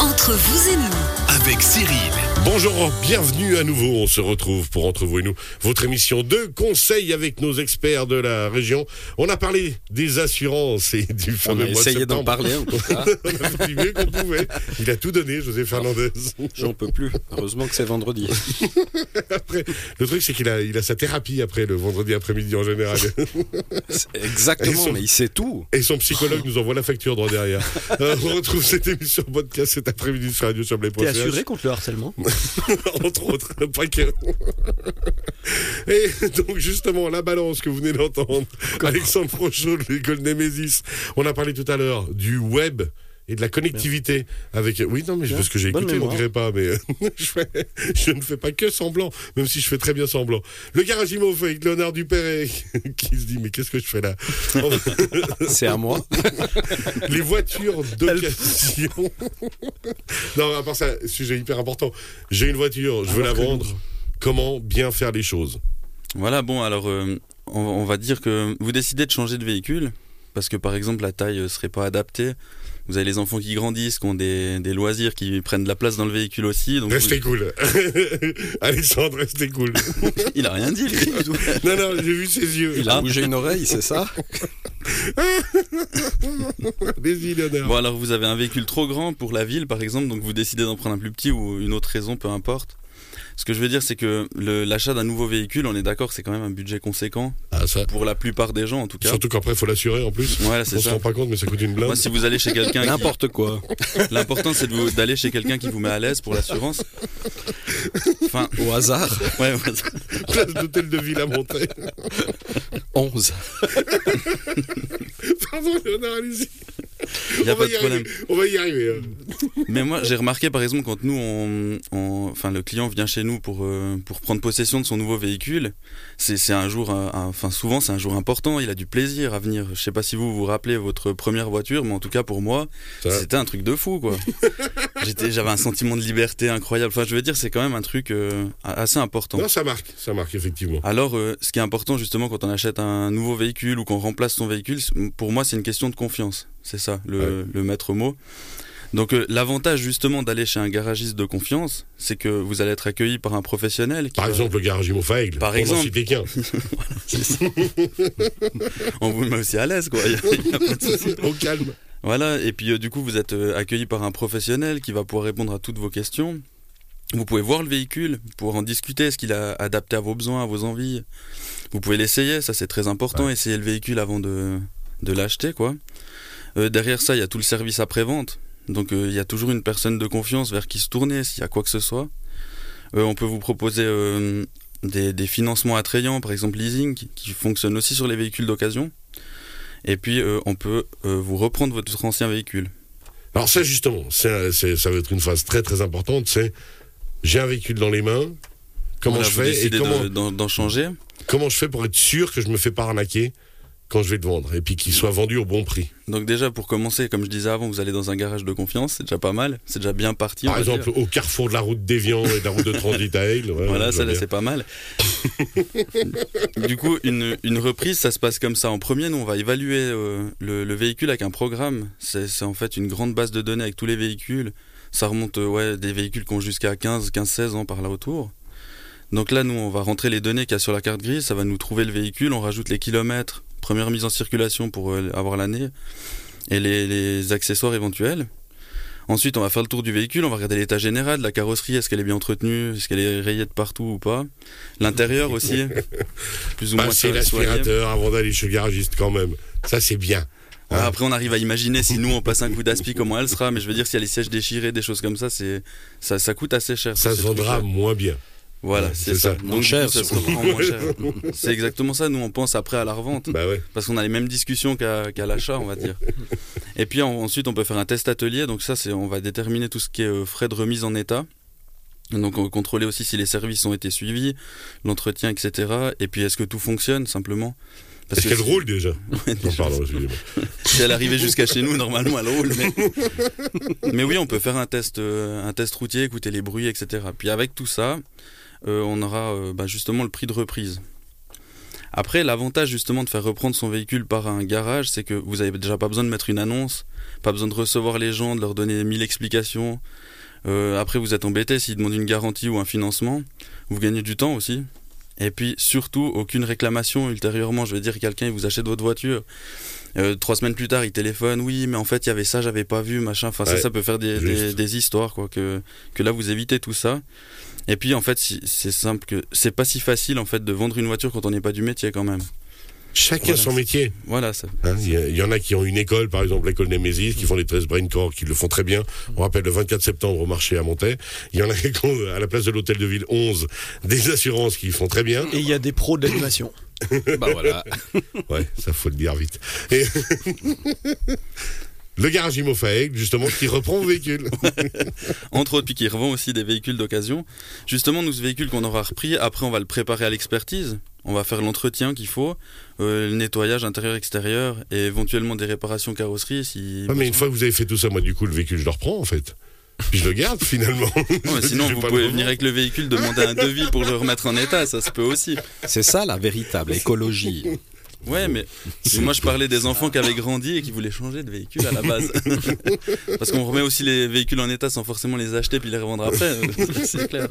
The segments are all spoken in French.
Entre vous et nous, avec Cyril. Bonjour, bienvenue à nouveau. On se retrouve pour Entre vous et nous, votre émission de conseils avec nos experts de la région. On a parlé des assurances et du On fameux a mois de essayé d'en septembre. parler, en tout cas. On a fait du mieux qu'on pouvait. Il a tout donné, José Fernandez. J'en peux plus. Heureusement que c'est vendredi. Après, le truc, c'est qu'il a, il a sa thérapie après, le vendredi après-midi en général. C'est Et Exactement, son- mais il sait tout. Et son psychologue nous envoie la facture droit derrière. Euh, on retrouve cette émission podcast cet après-midi sur Radio Chablais. T'es assuré contre le harcèlement entre autres, pas que. Et donc justement, la balance que vous venez d'entendre, Alexandre Prochot de l'école Nemesis, on a parlé tout à l'heure du web et de la connectivité avec... Oui, non, mais Bien. parce que j'ai Bonne écouté, on mémoire. dirait pas, mais euh, je, fais- je ne fais pas que semblant, même si je fais très bien semblant. Le garage immo fait avec Léonard Dupéret, qui se dit, mais qu'est-ce que je fais là C'est à moi. Les voitures d'occasion. non, à part ça, sujet hyper important. J'ai une voiture, je veux la vendre. Comment bien faire les choses Voilà, bon, alors euh, on, on va dire que vous décidez de changer de véhicule parce que par exemple la taille ne serait pas adaptée. Vous avez les enfants qui grandissent, qui ont des, des loisirs, qui prennent de la place dans le véhicule aussi. Donc Restez cool. Alexandre, restez cool. vous- il a rien dit. lui. Non, non, j'ai vu ses yeux. Il a Ah. bougé une oreille, c'est ça Vas-y, Léonard. bon, alors vous avez un véhicule trop grand pour la ville par exemple, donc vous décidez d'en prendre un plus petit ou une autre raison, peu importe. Ce que je veux dire, c'est que le- l'achat d'un nouveau véhicule, on est d'accord, c'est quand même un budget conséquent Ah, ça. pour la plupart des gens en tout cas. Surtout qu'après, il faut l'assurer en plus. Voilà, On c'est se ça. rend pas compte, mais ça coûte une blinde. Moi, si vous allez chez quelqu'un qui- N'importe quoi. L'important, c'est de vous- d'aller chez quelqu'un qui vous met à l'aise pour l'assurance. Enfin, Au hasard, ouais, voilà. Place d'hôtel de ville à monter. 11. Pardon, Léonard, allez-y. il n'y a On pas va de y problème. arriver. On va y arriver. hein. Mais moi, j'ai remarqué, par exemple, quand nous, on, on- enfin, le client vient chez nous pour, euh, pour prendre possession de son nouveau véhicule, c'est c'est un jour, euh, un- un- enfin, souvent, c'est un jour important, il a du plaisir à venir. Je sais pas si vous vous rappelez votre première voiture, mais en tout cas, pour moi, Ça. c'était un truc de fou, quoi. J'étais- J'avais un sentiment de liberté incroyable. Enfin, je veux dire, c'est quand même un truc euh, assez important. Non, ça marque. Ça marque, effectivement. Alors, euh, ce qui est important justement quand on achète un nouveau véhicule ou qu'on remplace son véhicule, c- pour moi, c'est une question de confiance. C'est ça, le, le maître mot. Donc, euh, l'avantage justement d'aller chez un garagiste de confiance, c'est que vous allez être accueilli par un professionnel. qui Par va- exemple, le garage immo Faigle. Par On en exemple. citait qu'un. On vous met aussi à l'aise, quoi. Y a- y a pas de souci. Au calme. Voilà, et puis euh, du coup, vous êtes euh, accueilli par un professionnel qui va pouvoir répondre à toutes vos questions. Vous pouvez voir le véhicule, pouvoir en discuter, est-ce qu'il a adapté à vos besoins, à vos envies. Vous pouvez l'essayer, ça c'est très important, essayer le véhicule avant de, de l'acheter, quoi. Euh, derrière ça, il y a tout le service après-vente. Donc euh, il y a toujours une personne de confiance vers qui se tourner s'il y a quoi que ce soit. Euh, on peut vous proposer euh, des, des financements attrayants, par exemple leasing, qui, qui fonctionne aussi sur les véhicules d'occasion. Et puis, euh, on peut euh, vous reprendre votre ancien véhicule. Alors ça justement, c'est- c'est- ça va être une phase très très importante, c'est j'ai un véhicule dans les mains, comment Voilà, je vous fais et décidez de- comment, d'en d'en changer. comment je fais pour être sûr que je me fais pas arnaquer quand je vais le vendre et puis qu'il soit vendu au bon prix. Donc déjà, pour commencer, comme je disais avant, vous allez dans un garage de confiance, c'est déjà pas mal, c'est déjà bien parti. on Par va exemple, dire. au carrefour de la route d'Evian et de la route de Transit à Aigle. ouais, Voilà, je ça vois là, bien. c'est pas mal. du coup, une, une reprise, ça se passe comme ça. En premier, nous, on va évaluer euh, le, le véhicule avec un programme. C'est c'est en fait une grande base de données avec tous les véhicules. Ça remonte euh, ouais, des véhicules qui ont jusqu'à 15, 15, 16 ans par là autour. Donc là, nous, on va rentrer les données qu'il y a sur la carte grise. Ça va nous trouver le véhicule. On rajoute les kilomètres, première mise en circulation pour euh, avoir l'année et les, les accessoires éventuels. Ensuite, on va faire le tour du véhicule, on va regarder l'état général de la carrosserie, est-ce qu'elle est bien entretenue, est-ce qu'elle est rayée de partout ou pas. L'intérieur aussi, plus ou moins. Passer soigné. Bah, Ah, l'aspirateur avant d'aller chez le garagiste quand même. Ça c'est bien. Ah, après, on arrive à imaginer si nous on passe un coup d'aspi comment elle sera, mais je veux dire, si elle est siège déchiré, des choses comme ça, c'est ça, ça coûte assez cher. Ça tous se ces vendra trucs-là. moins bien. Voilà, Ouais, c'est c'est ça. ça. Donc, cher, du coup, ça se revend moins cher. C'est exactement ça. Nous, on pense après à la revente. Bah ouais. parce qu'on a les mêmes discussions qu'à qu'à l'achat, on va dire. Et puis en- ensuite, on peut faire un test atelier. Donc ça, c'est on va déterminer tout ce qui est euh, frais de remise en état. Donc on va contrôler aussi si les services ont été suivis, l'entretien, etc. Et puis est-ce que tout fonctionne simplement Parce Est-ce qu'elle si- roule déjà Non, déjà. pardon, excusez-moi. si elle arrivait jusqu'à chez nous, normalement elle roule. Mais, mais oui, on peut faire un test, euh, un test routier, écouter les bruits, etc. Puis avec tout ça, euh, on aura euh, bah, justement le prix de reprise. Après, l'avantage justement de faire reprendre son véhicule par un garage, c'est que vous avez déjà pas besoin de mettre une annonce, pas besoin de recevoir les gens, de leur donner mille explications. Euh, après, vous êtes embêté s'ils demandent une garantie ou un financement. Vous gagnez du temps aussi. Et puis surtout, aucune réclamation ultérieurement. Je veux dire, quelqu'un il vous achète votre voiture. Euh, trois semaines plus tard, il téléphone. Oui, mais en fait, il y avait ça, j'avais pas vu, machin. Enfin, ça, Ouais, ça peut faire des, juste. des- des histoires, quoi. Que, que là, vous évitez tout ça. Et puis, en fait, si- c'est simple que c'est pas si facile, en fait, de vendre une voiture quand on n'est pas du métier, quand même. Chacun Voilà. son métier. Voilà, ça. hein. Il y a- il y, en a qui ont une école, par exemple l'école Némésis, qui font les 13 brain corps, qui le font très bien. On rappelle le 24 septembre au marché à Montaix. Il y en a qui ont, à la place de l'hôtel de ville 11, des assurances qui font très bien. Et il y a des pros de l'animation. Bah voilà. Ouais, ça faut le dire vite. Et le garage Imofaeg, justement, qui reprend vos véhicules. Entre autres, puis qui revend aussi des véhicules d'occasion. Justement, nous, ce véhicule qu'on aura repris, après, on va le préparer à l'expertise. On va faire l'entretien qu'il faut, euh, le nettoyage intérieur-extérieur et éventuellement des réparations carrosserie. Si... Ouais, Ah, mais une fois que vous avez fait tout ça, moi, du coup, le véhicule, je le reprends, en fait. Puis je le garde, finalement. Ouais, Je sinon, vais vous pas le pouvez revendre. venir avec le véhicule, demander un devis pour le remettre en état, ça se peut aussi. C'est ça la véritable écologie. Ouais, mais moi je parlais des enfants qui avaient grandi et qui voulaient changer de véhicule à la base. Parce qu'on remet aussi les véhicules en état sans forcément les acheter puis les revendre après. C'est clair.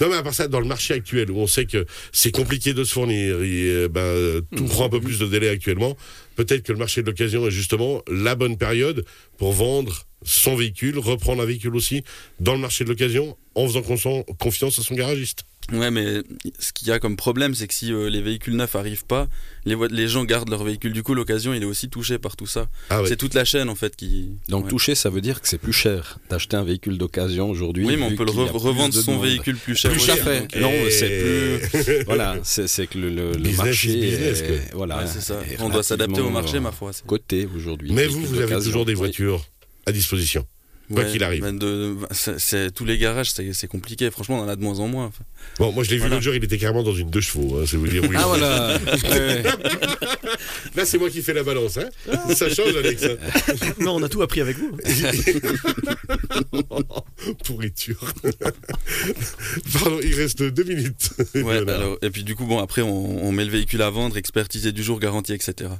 Non, mais à part ça, dans le marché actuel, où on sait que c'est compliqué de se fournir, et, euh, ben, euh, tout Mm. prend un peu plus de délai actuellement, peut-être que le marché de l'occasion est justement la bonne période pour vendre son véhicule, reprendre un véhicule aussi dans le marché de l'occasion, en faisant consen- confiance à son garagiste. Ouais, mais ce qu'il y a comme problème, c'est que si euh, les véhicules neufs arrivent pas, les, voit- les gens gardent leur véhicule. Du coup, l'occasion, il est aussi touché par tout ça. Ah ouais. C'est toute la chaîne en fait qui. Donc Ouais. toucher, ça veut dire que c'est plus cher d'acheter un véhicule d'occasion aujourd'hui. Oui, mais on vu peut le qu'il y a re- plus revendre de son demande. véhicule plus cher. Plus aussi, cher, donc, non, c'est plus. plus. Voilà, c'est c'est que le, le- le Business marché. is business, est- quoi. voilà, ouais, c'est ça. est On doit s'adapter au marché, relativement ma euh, foi. c'est- Côté aujourd'hui. Mais véhicule vous, vous avez d'occasion. toujours des Oui. voitures à disposition. Quoi qu'il arrive. ben, de- de- c'est- c'est- tous les garages, c'est c'est compliqué. Franchement, on en a de moins en moins. Bon, moi je l'ai vu Voilà. l'autre jour, il était carrément dans une deux chevaux, hein, c'est vous dire. Oui. Ah voilà. Ouais, ouais. Là, c'est moi qui fais la balance, hein. Ça change, Alex. hein. Ah. Non, on a tout appris avec vous. Pourriture. Pardon, il reste deux minutes. Ouais, Voilà. alors, et puis du coup, bon, après, on, on met le véhicule à vendre, expertisé du jour, garantie, etc.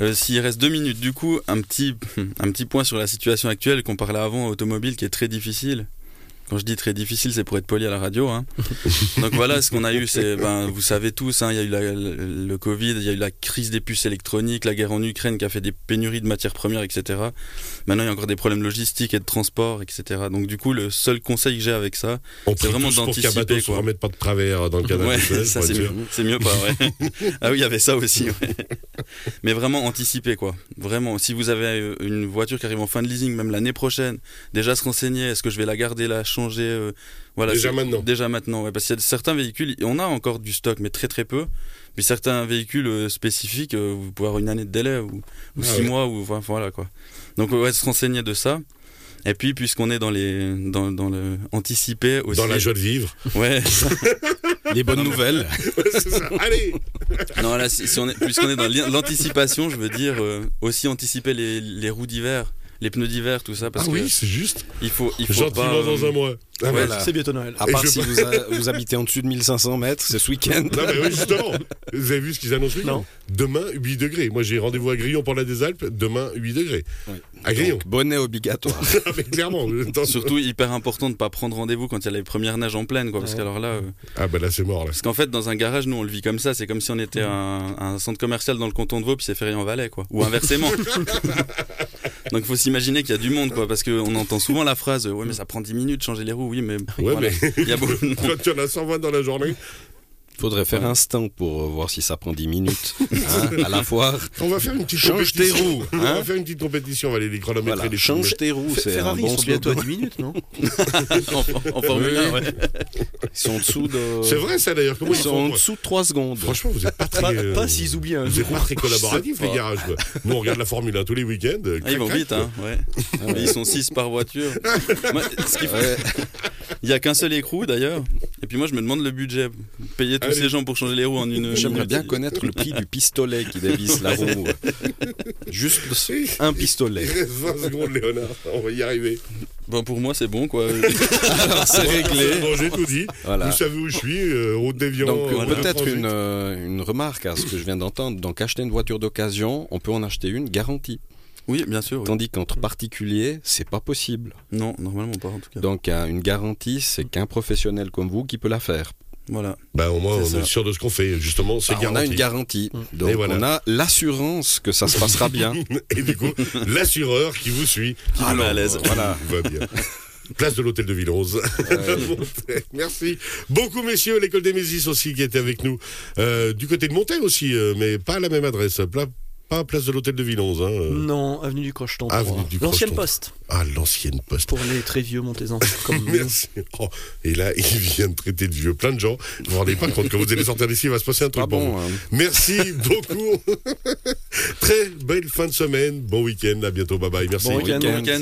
Euh, S'il reste deux minutes, du coup, un petit, un petit point sur la situation actuelle qu'on parlait avant, automobile, qui est très difficile. Quand je dis très difficile, c'est pour être poli à la radio. hein. Donc voilà, ce qu'on a eu, c'est, ben, vous savez tous, hein, il y a eu la- le, le Covid, il y a eu la crise des puces électroniques, la guerre en Ukraine qui a fait des pénuries de matières premières, etc. Maintenant, il y a encore des problèmes logistiques et de transport, etc. Donc du coup, le seul conseil que j'ai avec ça, On prie vraiment tous pour qu'un d'anticiper, bateau se quoi. remette pas de travers dans le canal. Ouais, de Suez, ça pour c'est être mieux, sûr. c'est mieux pas, ouais. ah oui, il y avait ça aussi, ouais. Mais vraiment anticiper, quoi. Vraiment, si vous avez euh, une voiture qui arrive en fin de leasing, même l'année prochaine, déjà se renseigner, est-ce que je vais la garder, la changer euh, voilà, Déjà c'est- maintenant. Déjà maintenant, ouais. Parce qu'il y a certains véhicules, on a encore du stock, mais très très peu. Puis certains véhicules euh, spécifiques, euh, vous pouvez avoir une année de délai, ou, ou Ah six ouais. mois, ou enfin, voilà, quoi. Donc, ouais, se renseigner de ça. Et puis, puisqu'on est dans les, dans, dans le anticiper aussi. Dans la joie de vivre. Ouais. Les bonnes nouvelles. C'est ça. Allez Non, là, si, si on est, puisqu'on est dans l'in- l'anticipation, je veux dire euh, aussi anticiper les, les roues d'hiver, les pneus d'hiver, tout ça, Ah parce que oui, c'est juste. il faut, il faut Gentiment pas, euh, dans un mois. Ah, ouais. voilà. C'est bientôt Noël. À Et part je- si vous, a- vous habitez en dessous de 1500 mètres, c'est ce week-end. Non, mais oui, justement. Vous avez vu ce qu'ils annoncent Non. Demain, 8 degrés. Moi, j'ai rendez-vous à Grillon pour la des Alpes. Demain, 8 degrés. Ouais. À Grillon. Donc, bonnet obligatoire. Ah, mais clairement. le temps- Surtout hyper important de pas prendre rendez-vous quand il y a les premières neiges en pleine, quoi, parce qu'alors là, euh, Ah, bah là, c'est mort, là. parce qu'en fait, dans un garage, nous, on le vit comme ça, c'est comme si on était un, un centre commercial dans le canton de Vaud, puis c'est férié en Valais, quoi, ou inversement. Donc, faut s'imaginer qu'il y a du monde, quoi, parce qu'on entend souvent la phrase, ouais, mais ça prend 10 minutes de changer les roues, oui, mais Ouais, voilà. mais il y a beaucoup de monde. quand tu en as 120 dans la journée, Faudrait faire un stand pour euh, voir si ça prend 10 minutes hein, à la foire. on va faire une petite Change tes compétition. roues. On hein. va faire une petite compétition, on va aller les chronométrer Voilà, les change tes roues, Fe- c'est un Ferrari, bon ils sont bientôt à slogan. 10 minutes, non en, en Formule Oui. 1, ouais. Ils sont en dessous de. C'est vrai ça d'ailleurs, comment Ils ils sont font en ouais. dessous de 3 secondes. Franchement, vous êtes pas très. Pas, euh, pas s'ils oublient un Vous êtes pas très Je collaboratif, sais les garages. quoi. Nous, on regarde la Formule 1 tous les week-ends. euh, Ah, ils vont crac, vite, hein, ouais. Ah ouais. Ils sont 6 par voiture. Moi, ce qui- Ouais. Il n'y a qu'un seul écrou d'ailleurs. Et puis moi, je me demande le budget. Payer tous Allez. ces gens pour changer les roues en une. Ah J'aimerais minute. bien connaître le prix du pistolet qui dévisse la roue. Juste un Il pistolet. reste 20 secondes, Léonard. On va y arriver. Bah, pour moi, c'est bon, quoi. Alors c'est réglé. Bon, j'ai tout dit. Voilà. Vous savez où je suis, euh, route d'Évian. Donc euh, peut-être Transit. une, euh, une remarque à ce que je viens d'entendre. Donc acheter une voiture d'occasion, on peut en acheter une garantie. oui, bien sûr. oui. Tandis qu'entre particuliers, c'est pas possible. Non, normalement pas, en tout cas. Donc euh, une garantie, c'est qu'un professionnel comme vous qui peut la faire. Voilà. Bah, au moins, on C'est ça. est sûr de ce qu'on fait. Justement, c'est Bah, on garanti. a une garantie. Donc Et voilà. on a l'assurance que ça se passera bien. Et du coup, l'assureur qui vous suit. Ah, Qui vous met à l'aise. Voilà. Va bien. Place de l'hôtel de Villerose. Merci. Beaucoup, messieurs, l'école des Mésis aussi qui était avec nous. Euh, du côté de Montel aussi, euh, mais pas à la même adresse. Pla- pas place de l'hôtel de Villerose. hein, euh. Mm. Non, avenue du Crocheton. Avenue du L'ancienne Crocheton. poste Ah, l'ancienne poste. pour les très vieux Montezans. Comme Mm. nous. Merci. Oh, et là, il vient de traiter de vieux plein de gens. Vous vous rendez pas compte quand vous allez sortir d'ici, il va se passer un truc. Ah Pas pour vous. bon. hein. Merci beaucoup. Très belle fin de semaine. Bon week-end. À bientôt. Bye bye. Merci. Bon Bon week-end. week-end.